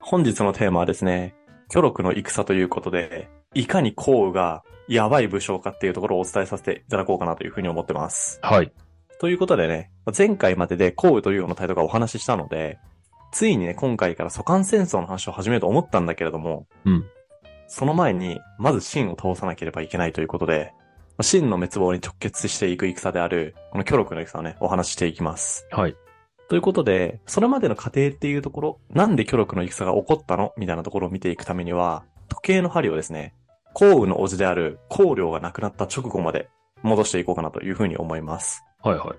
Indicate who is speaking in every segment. Speaker 1: 本日のテーマはですね、巨力の戦ということで、いかに項羽がやばい武将かっていうところをお伝えさせていただこうかなというふうに思ってます。
Speaker 2: はい。
Speaker 1: ということでね、前回までで項羽というようなタイトルがお話ししたので、ついにね、今回から蘇韓戦争の話を始めると思ったんだけれども、
Speaker 2: うん
Speaker 1: その前に、まず秦を倒さなければいけないということで、秦の滅亡に直結していく戦である、この巨力の戦をね、お話ししていきます。
Speaker 2: はい。
Speaker 1: ということで、それまでの過程っていうところ、なんで巨力の戦が起こったのみたいなところを見ていくためには、時計の針をですね、幸運の叔父である幸良が亡くなった直後まで戻していこうかなというふうに思います。
Speaker 2: はいはい。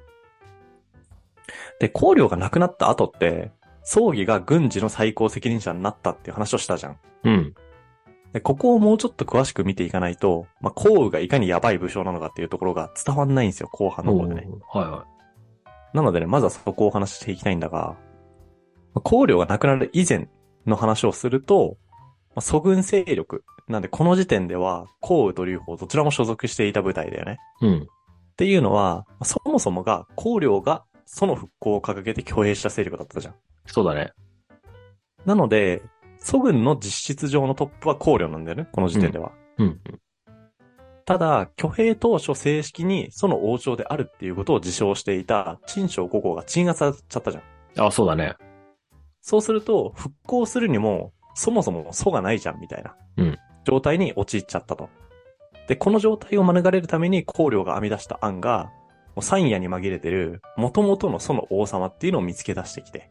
Speaker 1: で、幸良が亡くなった後って、葬儀が軍事の最高責任者になったっていう話をしたじゃん。
Speaker 2: うん。
Speaker 1: でここをもうちょっと詳しく見ていかないと、まあ、幸運がいかにやばい武将なのかっていうところが伝わんないんですよ、後半の方でね。
Speaker 2: おーはいは
Speaker 1: なのでね、まずはそこをお話ししていきたいんだが、考慮がなくなる以前の話をすると、まあ蘇軍勢力。なんで、この時点では、項羽と劉邦どちらも所属していた部隊だよね。
Speaker 2: い。うん。
Speaker 1: っていうのは、まあそもそもが、考慮がその復興を掲げて挙兵した勢力だったじゃん。
Speaker 2: そうだね。
Speaker 1: なので、蘇軍の実質上のトップは考慮なんだよね、この時点では。
Speaker 2: うん。
Speaker 1: ただ、挙兵当初正式にその王朝であるっていうことを自称していた、陳章5号が鎮圧されちゃったじゃん。
Speaker 2: あ、そうだね。
Speaker 1: そうすると、復興するにも、そもそも素がないじゃん、みたいな
Speaker 2: うん。
Speaker 1: 状態に陥っちゃったと。で、この状態を免れるために、考慮が編み出した案が、もう山野に紛れてる、元々の祖の王様っていうのを見つけ出してきて。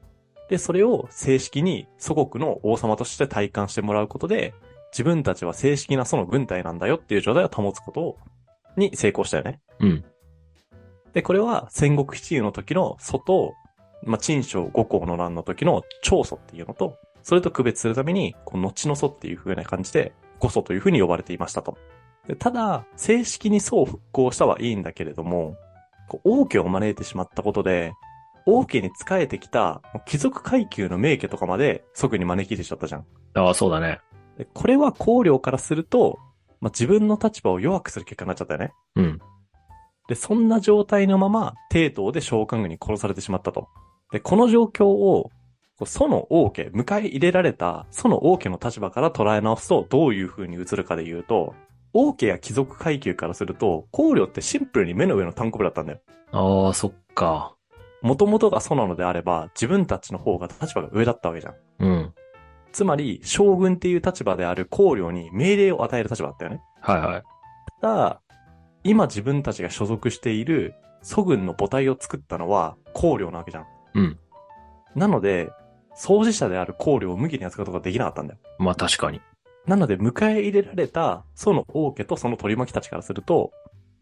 Speaker 1: で、それを正式に祖国の王様として体感してもらうことで、自分たちは正式な祖の軍隊なんだよっていう状態を保つことをに成功したよね。
Speaker 2: うん。
Speaker 1: で、これは戦国七雄の時の祖と、まあ、陳章五皇の乱の時の長祖っていうのと、それと区別するために、この後の祖っていう風な感じで、五祖という風に呼ばれていましたと。でただ、正式に祖を復興したはいいんだけれども、こう王家を招いてしまったことで、王家に仕えてきた貴族階級の名家とかまで即に招き入れちゃったじゃん。
Speaker 2: あ、そうだね。
Speaker 1: でこれは公領からすると、まあ、自分の立場を弱くする結果になっちゃったよね。
Speaker 2: うん。
Speaker 1: で、そんな状態のまま、帝東で召喚軍に殺されてしまったと。で、この状況を、こう祖の王家、迎え入れられた、祖の王家の立場から捉え直すと、どういう風に映るかで言うと、王家や貴族階級からすると、考慮ってシンプルに目の上の単行部だったんだよ。
Speaker 2: ああ、そっか。
Speaker 1: 元々が祖なのであれば、自分たちの方が立場が上だったわけじゃん。
Speaker 2: うん。
Speaker 1: つまり、将軍っていう立場である考慮に命令を与える立場だったよね。
Speaker 2: はいはい。
Speaker 1: ただ、今自分たちが所属している祖軍の母体を作ったのは公領なわけじゃん。
Speaker 2: うん。
Speaker 1: なので、創始者である公領を無理に扱うことができなかったんだよ。
Speaker 2: まあ確かに。
Speaker 1: なので、迎え入れられた祖の王家とその取り巻きたちからすると、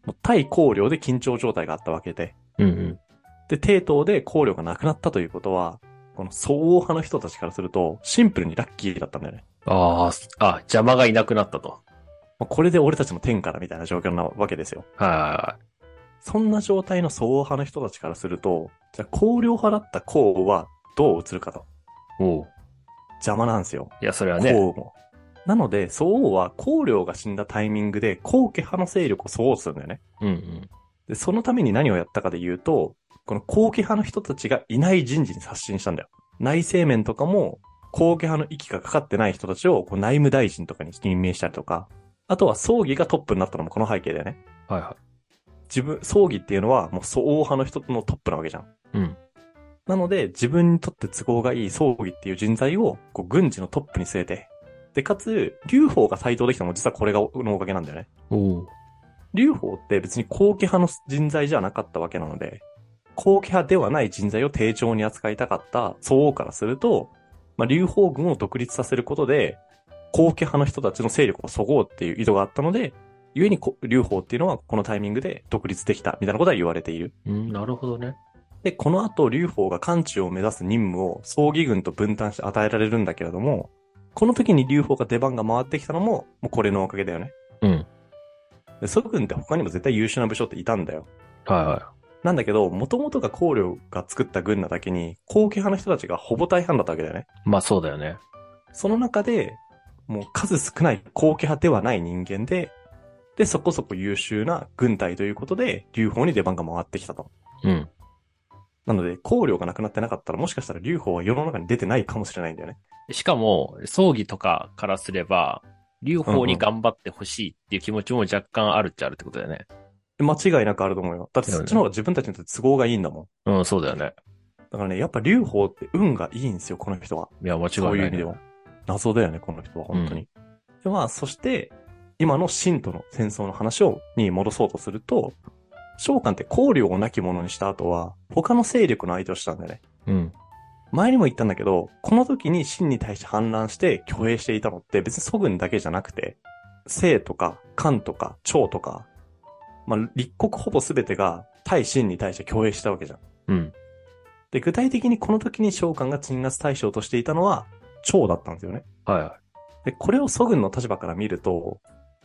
Speaker 1: もう対公領で緊張状態があったわけで、
Speaker 2: うんうん。
Speaker 1: で、帝東で公領がなくなったということは、この総王派の人たちからすると、シンプルにラッキーだったんだよね。
Speaker 2: ああ、すあ、邪魔がいなくなったと。
Speaker 1: まあこれで俺たちの天下だみたいな状況なわけですよ。
Speaker 2: はいは
Speaker 1: そんな状態の総派の人たちからすると、じゃあ、公領派だった公王はどう映るかと。
Speaker 2: いはい。おう。
Speaker 1: 邪魔なんですよ。
Speaker 2: いや、それは
Speaker 1: 公
Speaker 2: ね。
Speaker 1: 王も。なので、総王は公領が死んだタイミングで公家派の勢力を総するんだよね。
Speaker 2: うんうん。
Speaker 1: で、そのために何をやったかで言うと、この公家派の人たちがいない人事に刷新したんだよ。内政面とかも、公家派の息がかかってない人たちをこう内務大臣とかに任命したりとか、あとは葬儀がトップになったのもこの背景だよね。
Speaker 2: はいは
Speaker 1: 自分、葬儀っていうのはもう総派の人のトップなわけじゃん。
Speaker 2: い。うん。
Speaker 1: なので、自分にとって都合がいい葬儀っていう人材を、こう、軍事のトップに据えて。で、かつ、劉邦が台頭できたのも実はこれが、のおかげなんだよね。
Speaker 2: おう。
Speaker 1: 劉邦って別に後期派の人材じゃなかったわけなので、後期派ではない人材を丁重に扱いたかった総王からすると、まあ、劉邦軍を独立させることで、後期派の人たちの勢力をそごうっていう意図があったので、故にこ劉邦っていうのはこのタイミングで独立できたみたいなことは言われている。
Speaker 2: うん、なるほどね。
Speaker 1: で、この後、劉邦が漢中を目指す任務を葬儀軍と分担して与えられるんだけれども、この時に劉邦が出番が回ってきたのも、もうこれのおかげだよね。
Speaker 2: うん。
Speaker 1: で、祖軍って他にも絶対優秀な武将っていたんだよ。
Speaker 2: はいは
Speaker 1: なんだけど、元々が公領が作った軍なだけに、後継派の人たちがほぼ大半だったわけだよね。
Speaker 2: い。まあそうだよね。
Speaker 1: その中で、もう数少ない後継派ではない人間で、で、そこそこ優秀な軍隊ということで、劉邦に出番が回ってきたと。
Speaker 2: うん。
Speaker 1: なので、考慮がなくなってなかったら、もしかしたら劉邦は世の中に出てないかもしれないんだよね。
Speaker 2: しかも、葬儀とかからすれば、劉邦に頑張ってほしいっていう気持ちも若干あるっちゃあるってことだよね。
Speaker 1: 間違いなくあると思うよ。だってそっちの方が自分たちにとって都合がいいんだもん。
Speaker 2: うん、そうだよね。
Speaker 1: だからね、やっぱ劉邦って運がいいんですよ、この人は。
Speaker 2: いや、間違い
Speaker 1: そういう
Speaker 2: な
Speaker 1: 意
Speaker 2: い、
Speaker 1: 味で
Speaker 2: ね。
Speaker 1: は。謎だよね、この人は、本当に。で、まあ、そして、今の秦との戦争の話を、に戻そうとすると、召喚って考慮をなきものにした後は、他の勢力の相手をしたんだよね。
Speaker 2: うん。
Speaker 1: 前にも言ったんだけど、この時に秦に対して反乱して挙兵していたのって別に蘇軍だけじゃなくて、清とか漢とか趙とか、まあ、立国ほぼ全てが対秦に対して挙兵したわけじゃん。
Speaker 2: うん。
Speaker 1: で、具体的にこの時に召喚が鎮圧対象としていたのは、趙だったんですよね。
Speaker 2: はいはい。
Speaker 1: で、これを祖軍の立場から見ると、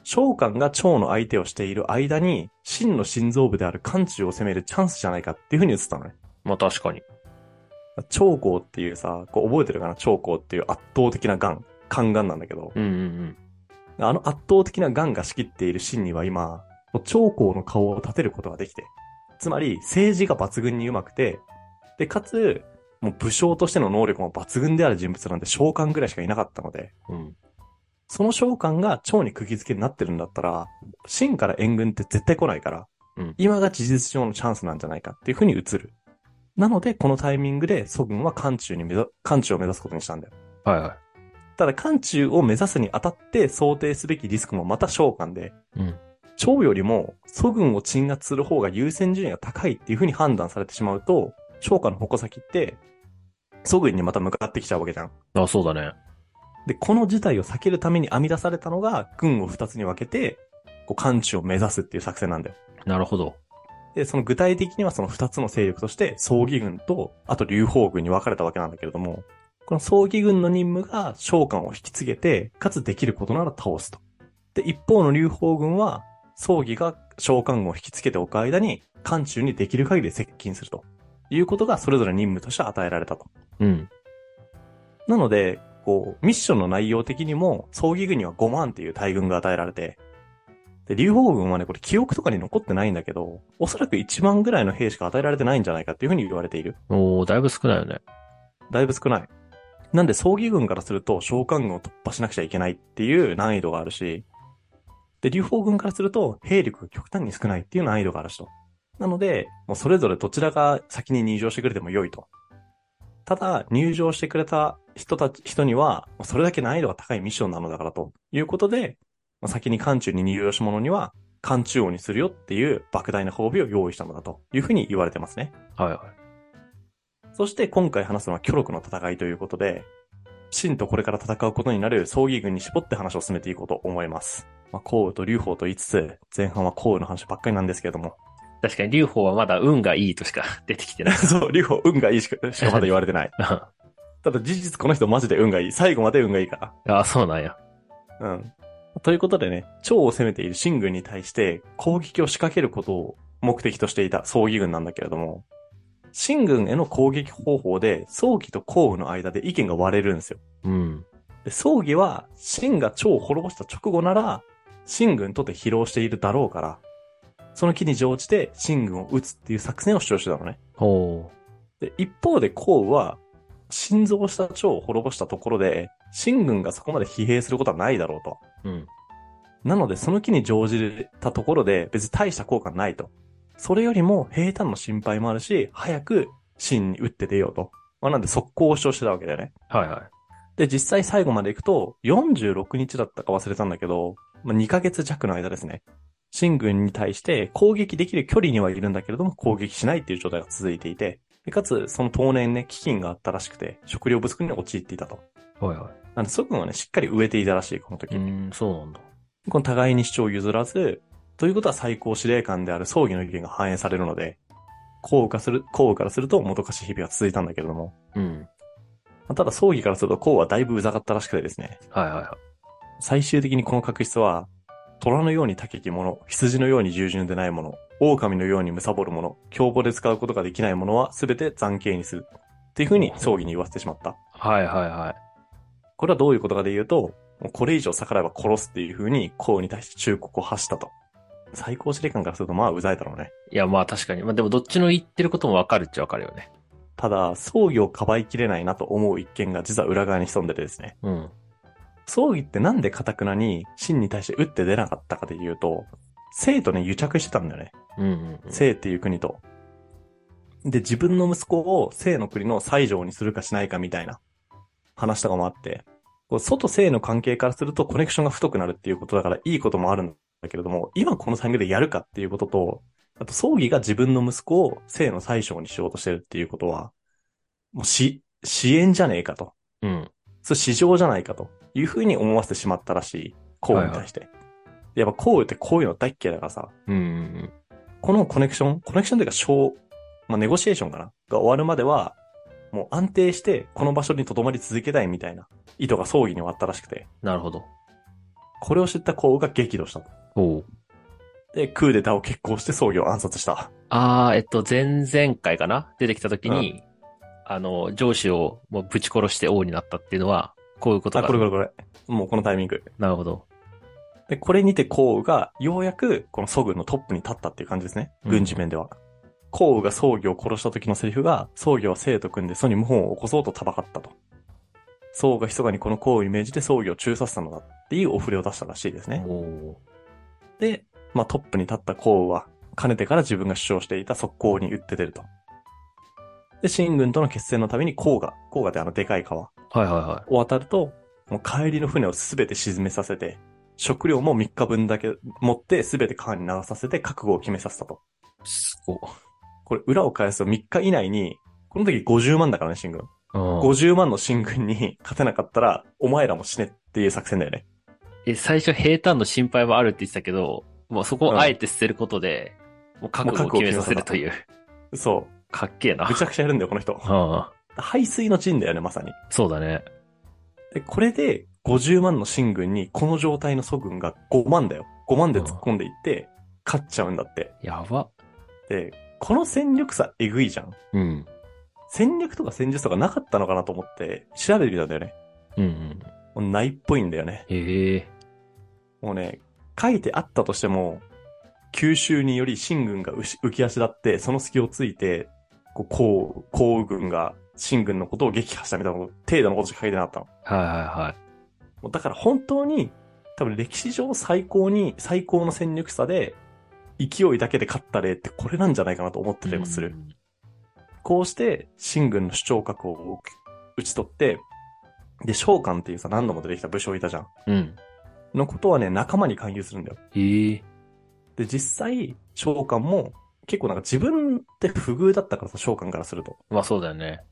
Speaker 1: 召喚が趙の相手をしている間に、秦の心臓部である漢中を攻めるチャンスじゃないかっていう風に映ったのね。
Speaker 2: まあ確かに。
Speaker 1: 趙高っていうさ、こう覚えてるかな趙高っていう圧倒的な癌、肝癌なんだけど、
Speaker 2: うんうん
Speaker 1: あの圧倒的な癌が仕切っている秦には今、もう趙高の顔を立てることができて、つまり政治が抜群に上手くて、で、かつ、もう武将としての能力も抜群である人物なんて召喚ぐらいしかいなかったので、
Speaker 2: うん。うん。
Speaker 1: その召喚が蝶に釘付けになってるんだったら、真から援軍って絶対来ないから、
Speaker 2: うん
Speaker 1: 今が事実上のチャンスなんじゃないかっていう風に映る。なので、このタイミングで祖軍は漢中に目指、漢中を目指すことにしたんだよ。
Speaker 2: はいは
Speaker 1: ただ、漢中を目指すにあたって想定すべきリスクもまた召喚で、
Speaker 2: い。うん。
Speaker 1: 蝶よりも祖軍を鎮圧する方が優先順位が高いっていう風に判断されてしまうと、召喚の矛先って、祖軍にまた向かってきちゃうわけじゃん。
Speaker 2: あ、そうだね。
Speaker 1: で、この事態を避けるために編み出されたのが、軍を二つに分けて、こう、完治を目指すっていう作戦なんだよ。
Speaker 2: なるほど。
Speaker 1: で、その具体的にはその二つの勢力として、葬儀軍と、あと流邦軍に分かれたわけなんだけれども、この葬儀軍の任務が召喚を引き継げて、かつできることなら倒すと。で、一方の流邦軍は、葬儀が召喚軍を引き付けておく間に、漢中にできる限り接近すると。いうことがそれぞれ任務として与えられたと。
Speaker 2: うん。
Speaker 1: なので、こう、ミッションの内容的にも、葬儀軍には5万っていう大軍が与えられて、で、劉邦軍はね、これ記憶とかに残ってないんだけど、おそらく1万ぐらいの兵しか与えられてないんじゃないかっていうふうに言われている。
Speaker 2: おー、だいぶ少ないよね。
Speaker 1: だいぶ少ない。なんで、葬儀軍からすると、召喚軍を突破しなくちゃいけないっていう難易度があるし、で、劉邦軍からすると、兵力が極端に少ないっていう難易度があるしと。なので、もうそれぞれどちらが先に入場してくれても良いと。ただ、入場してくれた人たち、人には、もうそれだけ難易度が高いミッションなのだからということで、まあ先に漢中に入場した者には、漢中王にするよっていう莫大な褒美を用意したのだというふうに言われてますね。
Speaker 2: はいは
Speaker 1: そして今回話すのは巨力の戦いということで、秦とこれから戦うことになる総義軍に絞って話を進めていこうと思います。まあ、項羽と劉邦と言いつつ、前半は項羽の話ばっかりなんですけれども。
Speaker 2: い。確かに、劉邦はまだ運がいいとしか 出てきてない。
Speaker 1: そう、劉邦運がいいしか、しかまだ言われてない。
Speaker 2: あ
Speaker 1: ただ事実この人マジで運がいい。最後まで運がいいから。
Speaker 2: あ、そうなんや。
Speaker 1: うん。ということでね、趙を攻めている秦軍に対して攻撃を仕掛けることを目的としていた曹義軍なんだけれども、秦軍への攻撃方法で曹義と項羽の間で意見が割れるんですよ。
Speaker 2: うん。
Speaker 1: で曹義は秦が趙を滅ぼした直後なら、秦軍とて疲労しているだろうから、その機に乗じて秦軍を撃つっていう作戦を主張してたのね。
Speaker 2: おー。
Speaker 1: で、一方で項羽は、心臓した蝶を滅ぼしたところで、秦軍がそこまで疲弊することはないだろうと。
Speaker 2: うん。
Speaker 1: なので、その機に乗じたところで、別に大した効果はないと。それよりも、平坦の心配もあるし、早く秦に打って出ようと。まあ、なんで、速攻を主張してたわけだよね。
Speaker 2: はいはい。
Speaker 1: で、実際最後まで行くと、46日だったか忘れたんだけど、まあ、2ヶ月弱の間ですね。秦軍に対して攻撃できる距離にはいるんだけれども、攻撃しないっていう状態が続いていて、でかつ、その当年ね、飢饉があったらしくて、食料不足に陥っていたと。
Speaker 2: はいはい。
Speaker 1: なんで、祖軍はね、しっかり植えていたらしい、この時。
Speaker 2: うん、そうなんだ。
Speaker 1: この互いに主張を譲らず、ということは最高司令官である葬儀の意見が反映されるので、降雨化する、降雨からするともどかしい日々が続いたんだけれども、
Speaker 2: うん。
Speaker 1: まあただ葬儀からすると降雨はだいぶうざかったらしくてですね、
Speaker 2: はいはいは
Speaker 1: 最終的にこの確執は、虎のように高き者、羊のように従順でない者、狼のように貪る者、凶暴で使うことができない者は全て残刑にする。っていう風に葬儀に言わせてしまった。
Speaker 2: い。はいはいはい。
Speaker 1: これはどういうことかで言うと、もうこれ以上逆らえば殺すっていう風に、公に対して忠告を発したと。最高司令官からするとまあうざいだろうね。
Speaker 2: いや、まあ確かに。まあでもどっちの言ってることもわかるっちゃわかるよね。
Speaker 1: ただ、葬儀をかばいきれないなと思う一件が実は裏側に潜んでてですね。
Speaker 2: うん。
Speaker 1: 葬儀ってなんでカくなに真に対して打って出なかったかで言うと、生とね癒着してたんだよね。
Speaker 2: うんうん、うん。
Speaker 1: 生っていう国と。で、自分の息子を生の国の最上にするかしないかみたいな話とかもあって、こう外生の関係からするとコネクションが太くなるっていうことだからいいこともあるんだけれども、今このタイミングでやるかっていうことと、あと葬儀が自分の息子を生の最上にしようとしてるっていうことは、もうし、支援じゃねえかと。
Speaker 2: うん。
Speaker 1: それ市場じゃないかというふうに思わせてしまったらしい。コウに対して。やっぱコウってこういうの大っ嫌いだからさ、
Speaker 2: うんうん
Speaker 1: このコネクション、コネクションというか、小、まあ、ネゴシエーションかなが終わるまでは、もう安定してこの場所に留まり続けたいみたいな意図が葬儀に終わったらしくて、
Speaker 2: なるほど。
Speaker 1: これを知ったコウが激怒したと。
Speaker 2: お
Speaker 1: で、クーデターを決行して葬儀を暗殺した。
Speaker 2: ああ、えっと、前々回かな出てきた時に、あの、上司をもうぶち殺して王になったっていうのは、こういうこと
Speaker 1: あ、
Speaker 2: だ。
Speaker 1: これこれこれ。もうこのタイミング。
Speaker 2: なるほど。
Speaker 1: で、これにてコウがようやくこのソグのトップに立ったっていう感じですね。
Speaker 2: うん
Speaker 1: 軍事面では。コウが葬儀を殺した時のセリフが、葬儀は生徒組んでソに謀反を起こそうとたばかったと。ソウが密かにこのコウをイメージで葬儀を中殺したのだっていうお触れを出したらしいですね。
Speaker 2: おお
Speaker 1: で、まあトップに立った項は、かねてから自分が主張していた速攻に打って出ると。で、秦軍との決戦のために項が、項がってあのでかい川
Speaker 2: ー。はいはいはい。
Speaker 1: を渡ると、もう帰りの船をすべて沈めさせて、食料も3日分だけ持ってすべて川に流させて覚悟を決めさせたと。
Speaker 2: すごい。
Speaker 1: これ裏を返すと3日以内に、この時50万だからね、秦軍。
Speaker 2: うん
Speaker 1: 50万の秦軍に勝てなかったら、お前らも死ねっていう作戦だよね。
Speaker 2: え、最初平坦の心配はあるって言ってたけど、もうそこ
Speaker 1: うん
Speaker 2: をあえて捨てることで、もう覚悟を決めさせるという。
Speaker 1: そ
Speaker 2: かっけえな。
Speaker 1: う。ぐちゃぐちゃやるんだよ、この人。
Speaker 2: うん。
Speaker 1: 排水の陣だよね、まさに。
Speaker 2: そうだね。
Speaker 1: で、これで50万の秦軍にこの状態の蘇軍が5万だよ。5万で突っ込んでいって、勝っちゃうんだって。
Speaker 2: やば。
Speaker 1: で、この戦力差えぐいじゃん。
Speaker 2: うん。
Speaker 1: 戦略とか戦術とかなかったのかなと思って調べてみたんだよね。
Speaker 2: うんうん。
Speaker 1: もうないっぽいんだよね。
Speaker 2: へえ。
Speaker 1: もうね、書いてあったとしても、九州により秦軍がうし浮き足立って、その隙をついて、こう、こう、こう軍が秦軍のことを撃破したみたいなこと、程度のことしか書いてなかったの。
Speaker 2: はいはいはい。
Speaker 1: もうだから本当に、多分歴史上最高に、最高の戦力差で、勢いだけで勝った例ってこれなんじゃないかなと思ってたりもする。こうして、秦軍の主張覚悟を打ち取って、で、召喚っていうさ、何度も出てきた武将いたじゃん。
Speaker 2: うん。うん。
Speaker 1: のことはね、仲間に勧誘するんだよ。
Speaker 2: へえ。
Speaker 1: で、実際、召喚も、結構なんか自分って不遇だったからさ、召喚からすると。
Speaker 2: まあそうだよね。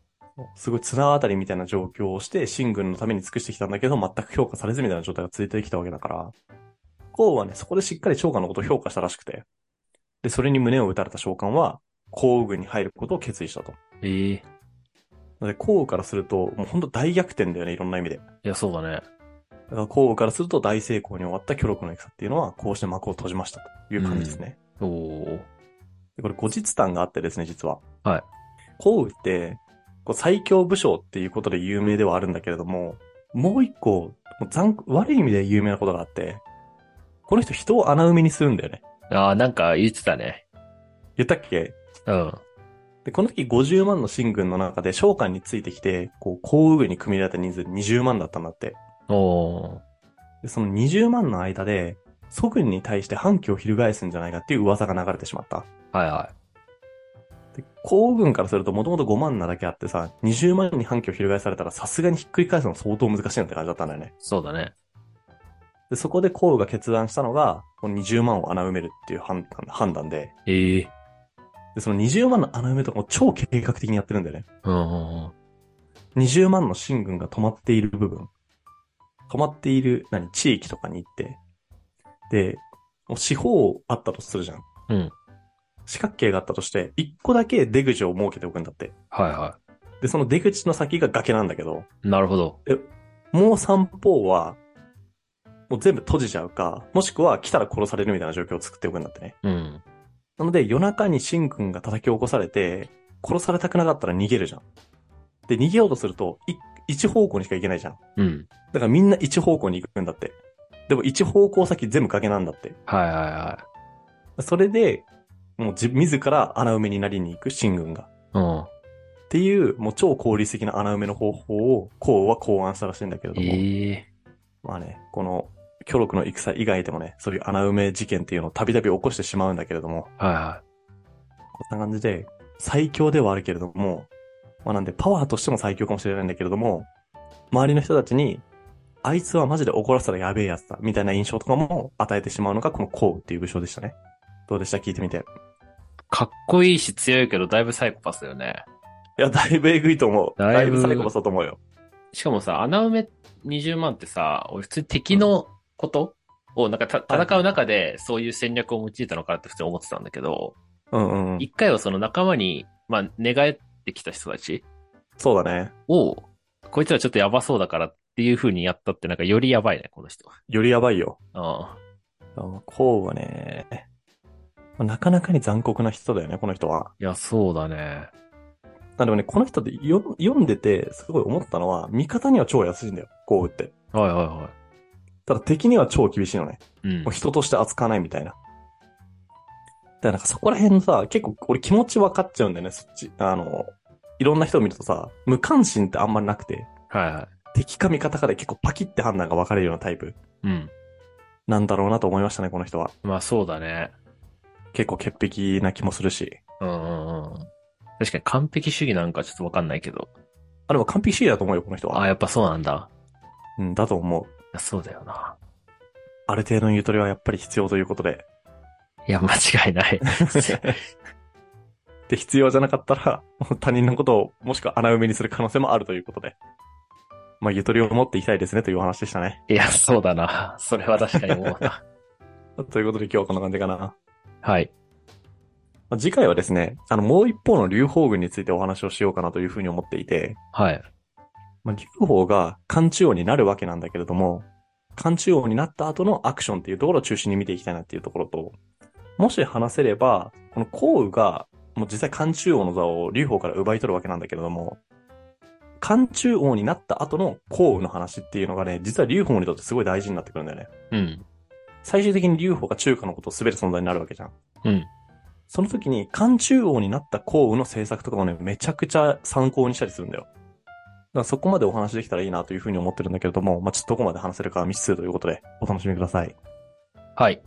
Speaker 1: すごい綱渡りみたいな状況をして、秦軍のために尽くしてきたんだけど、全く評価されずみたいな状態が続いてきたわけだから、孔はね、そこでしっかり長官のことを評価したらしくて、で、それに胸を打たれた召喚は、孔軍に入ることを決意したと。
Speaker 2: へえ。い
Speaker 1: なので、孔からすると、もうほんと大逆転だよね、いろんな意味で。だ
Speaker 2: や、そうだね。
Speaker 1: から孔からすると大成功に終わった巨力の戦っていうのは、こうして幕を閉じましたという感じですね。
Speaker 2: おお。
Speaker 1: でこれ後日談があってですね、実は。
Speaker 2: はい。
Speaker 1: 項羽って、こう最強武将っていうことで有名ではあるんだけれども、もう一個、もう残酷悪い意味で有名なことがあって、この人人を穴埋めにするんだよね。
Speaker 2: ああ、なんか言ってたね。
Speaker 1: 言ったっけ
Speaker 2: うん。
Speaker 1: で、この時50万の秦軍の中で召喚についてきて、こう、項羽軍に組み入れられた人数20万だったんだって。
Speaker 2: おお。
Speaker 1: で、その20万の間で、祖軍に対して反旗を翻すんじゃないかっていう噂が流れてしまった。
Speaker 2: はいは
Speaker 1: で、皇軍からするともともと5万なだけあってさ、20万に反旗を翻されたらさすがにひっくり返すの相当難しいなって感じだったんだよね
Speaker 2: い。。そうだね。
Speaker 1: で、そこで皇羽が決断したのが、この20万を穴埋めるっていう判断判断で、
Speaker 2: へえ。
Speaker 1: で、その20万の穴埋めとかも超計画的にやってるんだよね。
Speaker 2: うんうんうん。
Speaker 1: 20万の秦軍が止まっている部分、止まっている、何、地域とかに行って、で、もう四方あったとするじゃん。
Speaker 2: うん。
Speaker 1: 四角形があったとして、一個だけ出口を設けておくんだって。
Speaker 2: はいは
Speaker 1: で、その出口の先が崖なんだけど、
Speaker 2: い。なるほど。
Speaker 1: もう三方は、もう全部閉じちゃうか、もしくは来たら殺されるみたいな状況を作っておくんだってね。
Speaker 2: うん。
Speaker 1: なので夜中にシン君が叩き起こされて、殺されたくなかったら逃げるじゃん。で、逃げようとすると、い一方向にしか行けないじゃん。
Speaker 2: うん。
Speaker 1: だからみんな一方向に行くんだって。でも一方向先全部崖なんだって。
Speaker 2: はいはいは
Speaker 1: それで、もう自自ら穴埋めになりに行く秦軍が。
Speaker 2: うん。
Speaker 1: っていう、もう超効率的な穴埋めの方法を、孔は考案したらしいんだけれども、
Speaker 2: ええ
Speaker 1: まあね、この、巨力の戦以外でもね、そういう穴埋め事件っていうのをたびたび起こしてしまうんだけれども、
Speaker 2: はいは
Speaker 1: こんな感じで、最強ではあるけれども、まあなんでパワーとしても最強かもしれないんだけれども、周りの人たちに、あいつはマジで怒らせたらやべえやつだ、みたいな印象とかも与えてしまうのが、このコウっていう武将でしたね。どうでした聞いてみて。
Speaker 2: い。かっこいいし強いけど、だいぶサイコパスだよね。
Speaker 1: いや、だいぶえぐいと思う。
Speaker 2: だいぶ
Speaker 1: だいぶ最後もそうと思うよ。
Speaker 2: しかもさ、穴埋め20万ってさ、俺普通に敵のことを、なんかた戦う中で、そういう戦略を用いたのかなって普通に思ってたんだけど、
Speaker 1: うんうんうん。
Speaker 2: 一回はその仲間に、まあ、寝返ってきた人たち
Speaker 1: そうだね。
Speaker 2: を、こいつらちょっとやばそうだからっていう風にやったって、なんかよりやばいね、この人。
Speaker 1: よりやばいよ。
Speaker 2: あ
Speaker 1: コウはね、まあなかなかに残酷な人だよね、この人は。
Speaker 2: いや、そうだね。
Speaker 1: あでもね、この人ってよ読んでて、すごい思ったのは、味方には超優しいんだよ、コウって。
Speaker 2: はいは
Speaker 1: ただ敵には超厳しいのね。
Speaker 2: いはい。うん
Speaker 1: もう。人として扱わないみたいな。だからなんかそこら辺さ、結構俺気持ち分かっちゃうんだよね、そっち。あの、いろんな人を見るとさ、無関心ってあんまりなくて、
Speaker 2: はいはい。
Speaker 1: 敵か味方かで結構パキって判断が分かれるようなタイプ
Speaker 2: うん。
Speaker 1: なんだろうなと思いましたね、この人は。
Speaker 2: まあそうだね。
Speaker 1: 結構潔癖な気もするし。
Speaker 2: うんうんうん。確かに完璧主義なんかちょっとわかんないけど。
Speaker 1: あ、でも完璧主義だと思うよ、この人
Speaker 2: ああ、
Speaker 1: は。
Speaker 2: やっぱそうなんだ。
Speaker 1: うん、だと思う。
Speaker 2: いやそうだよな。
Speaker 1: ある程度のゆとりはやっぱり必要ということで。
Speaker 2: いや、間違いない。
Speaker 1: で、必要じゃなかったら、 もう他人のことを、もしくは穴埋めにする可能性もあるということで。まあ、ゆとりを持っていきたいですねというお話でしたね。
Speaker 2: いや、そうだな。それは確かに思うな。
Speaker 1: ということで今日はこんな感じかな。ま
Speaker 2: はい。
Speaker 1: あ次回はですね、あの、もう一方の劉邦軍についてお話をしようかなというふうに思っていて、
Speaker 2: はい。
Speaker 1: まあ、劉邦が漢中王になるわけなんだけれども、漢中王になった後のアクションっていうところを中心に見ていきたいなっていうところと、もし話せれば、この項羽が、もう実際漢中王の座を劉邦から奪い取るわけなんだけれども、漢中王になった後の項羽の話っていうのがね、実は劉邦にとってすごい大事になってくるんだよね。
Speaker 2: うん。全
Speaker 1: 最終的に劉邦が中華のことを滑る存在になるわけじゃん。
Speaker 2: うん。
Speaker 1: その時に、漢中王になった項羽の政策とかもね、めちゃくちゃ参考にしたりするんだよ。だからそこまでお話できたらいいなというふうに思ってるんだけれども、まあ、ちょっとどこまで話せるかは未知数ということで、お楽しみください。
Speaker 2: はい。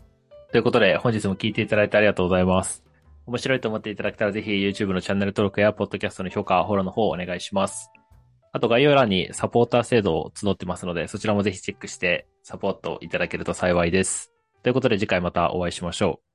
Speaker 2: ということで、本日も聞いていただいてありがとうございます。面白いと思っていただけたら、ぜひ YouTube のチャンネル登録や、Podcast の評価、フォローの方をお願いします。あと、概要欄にサポーター制度を募ってますので、そちらもぜひチェックして、サポートいただけると幸いです。ということで、次回またお会いしましょう。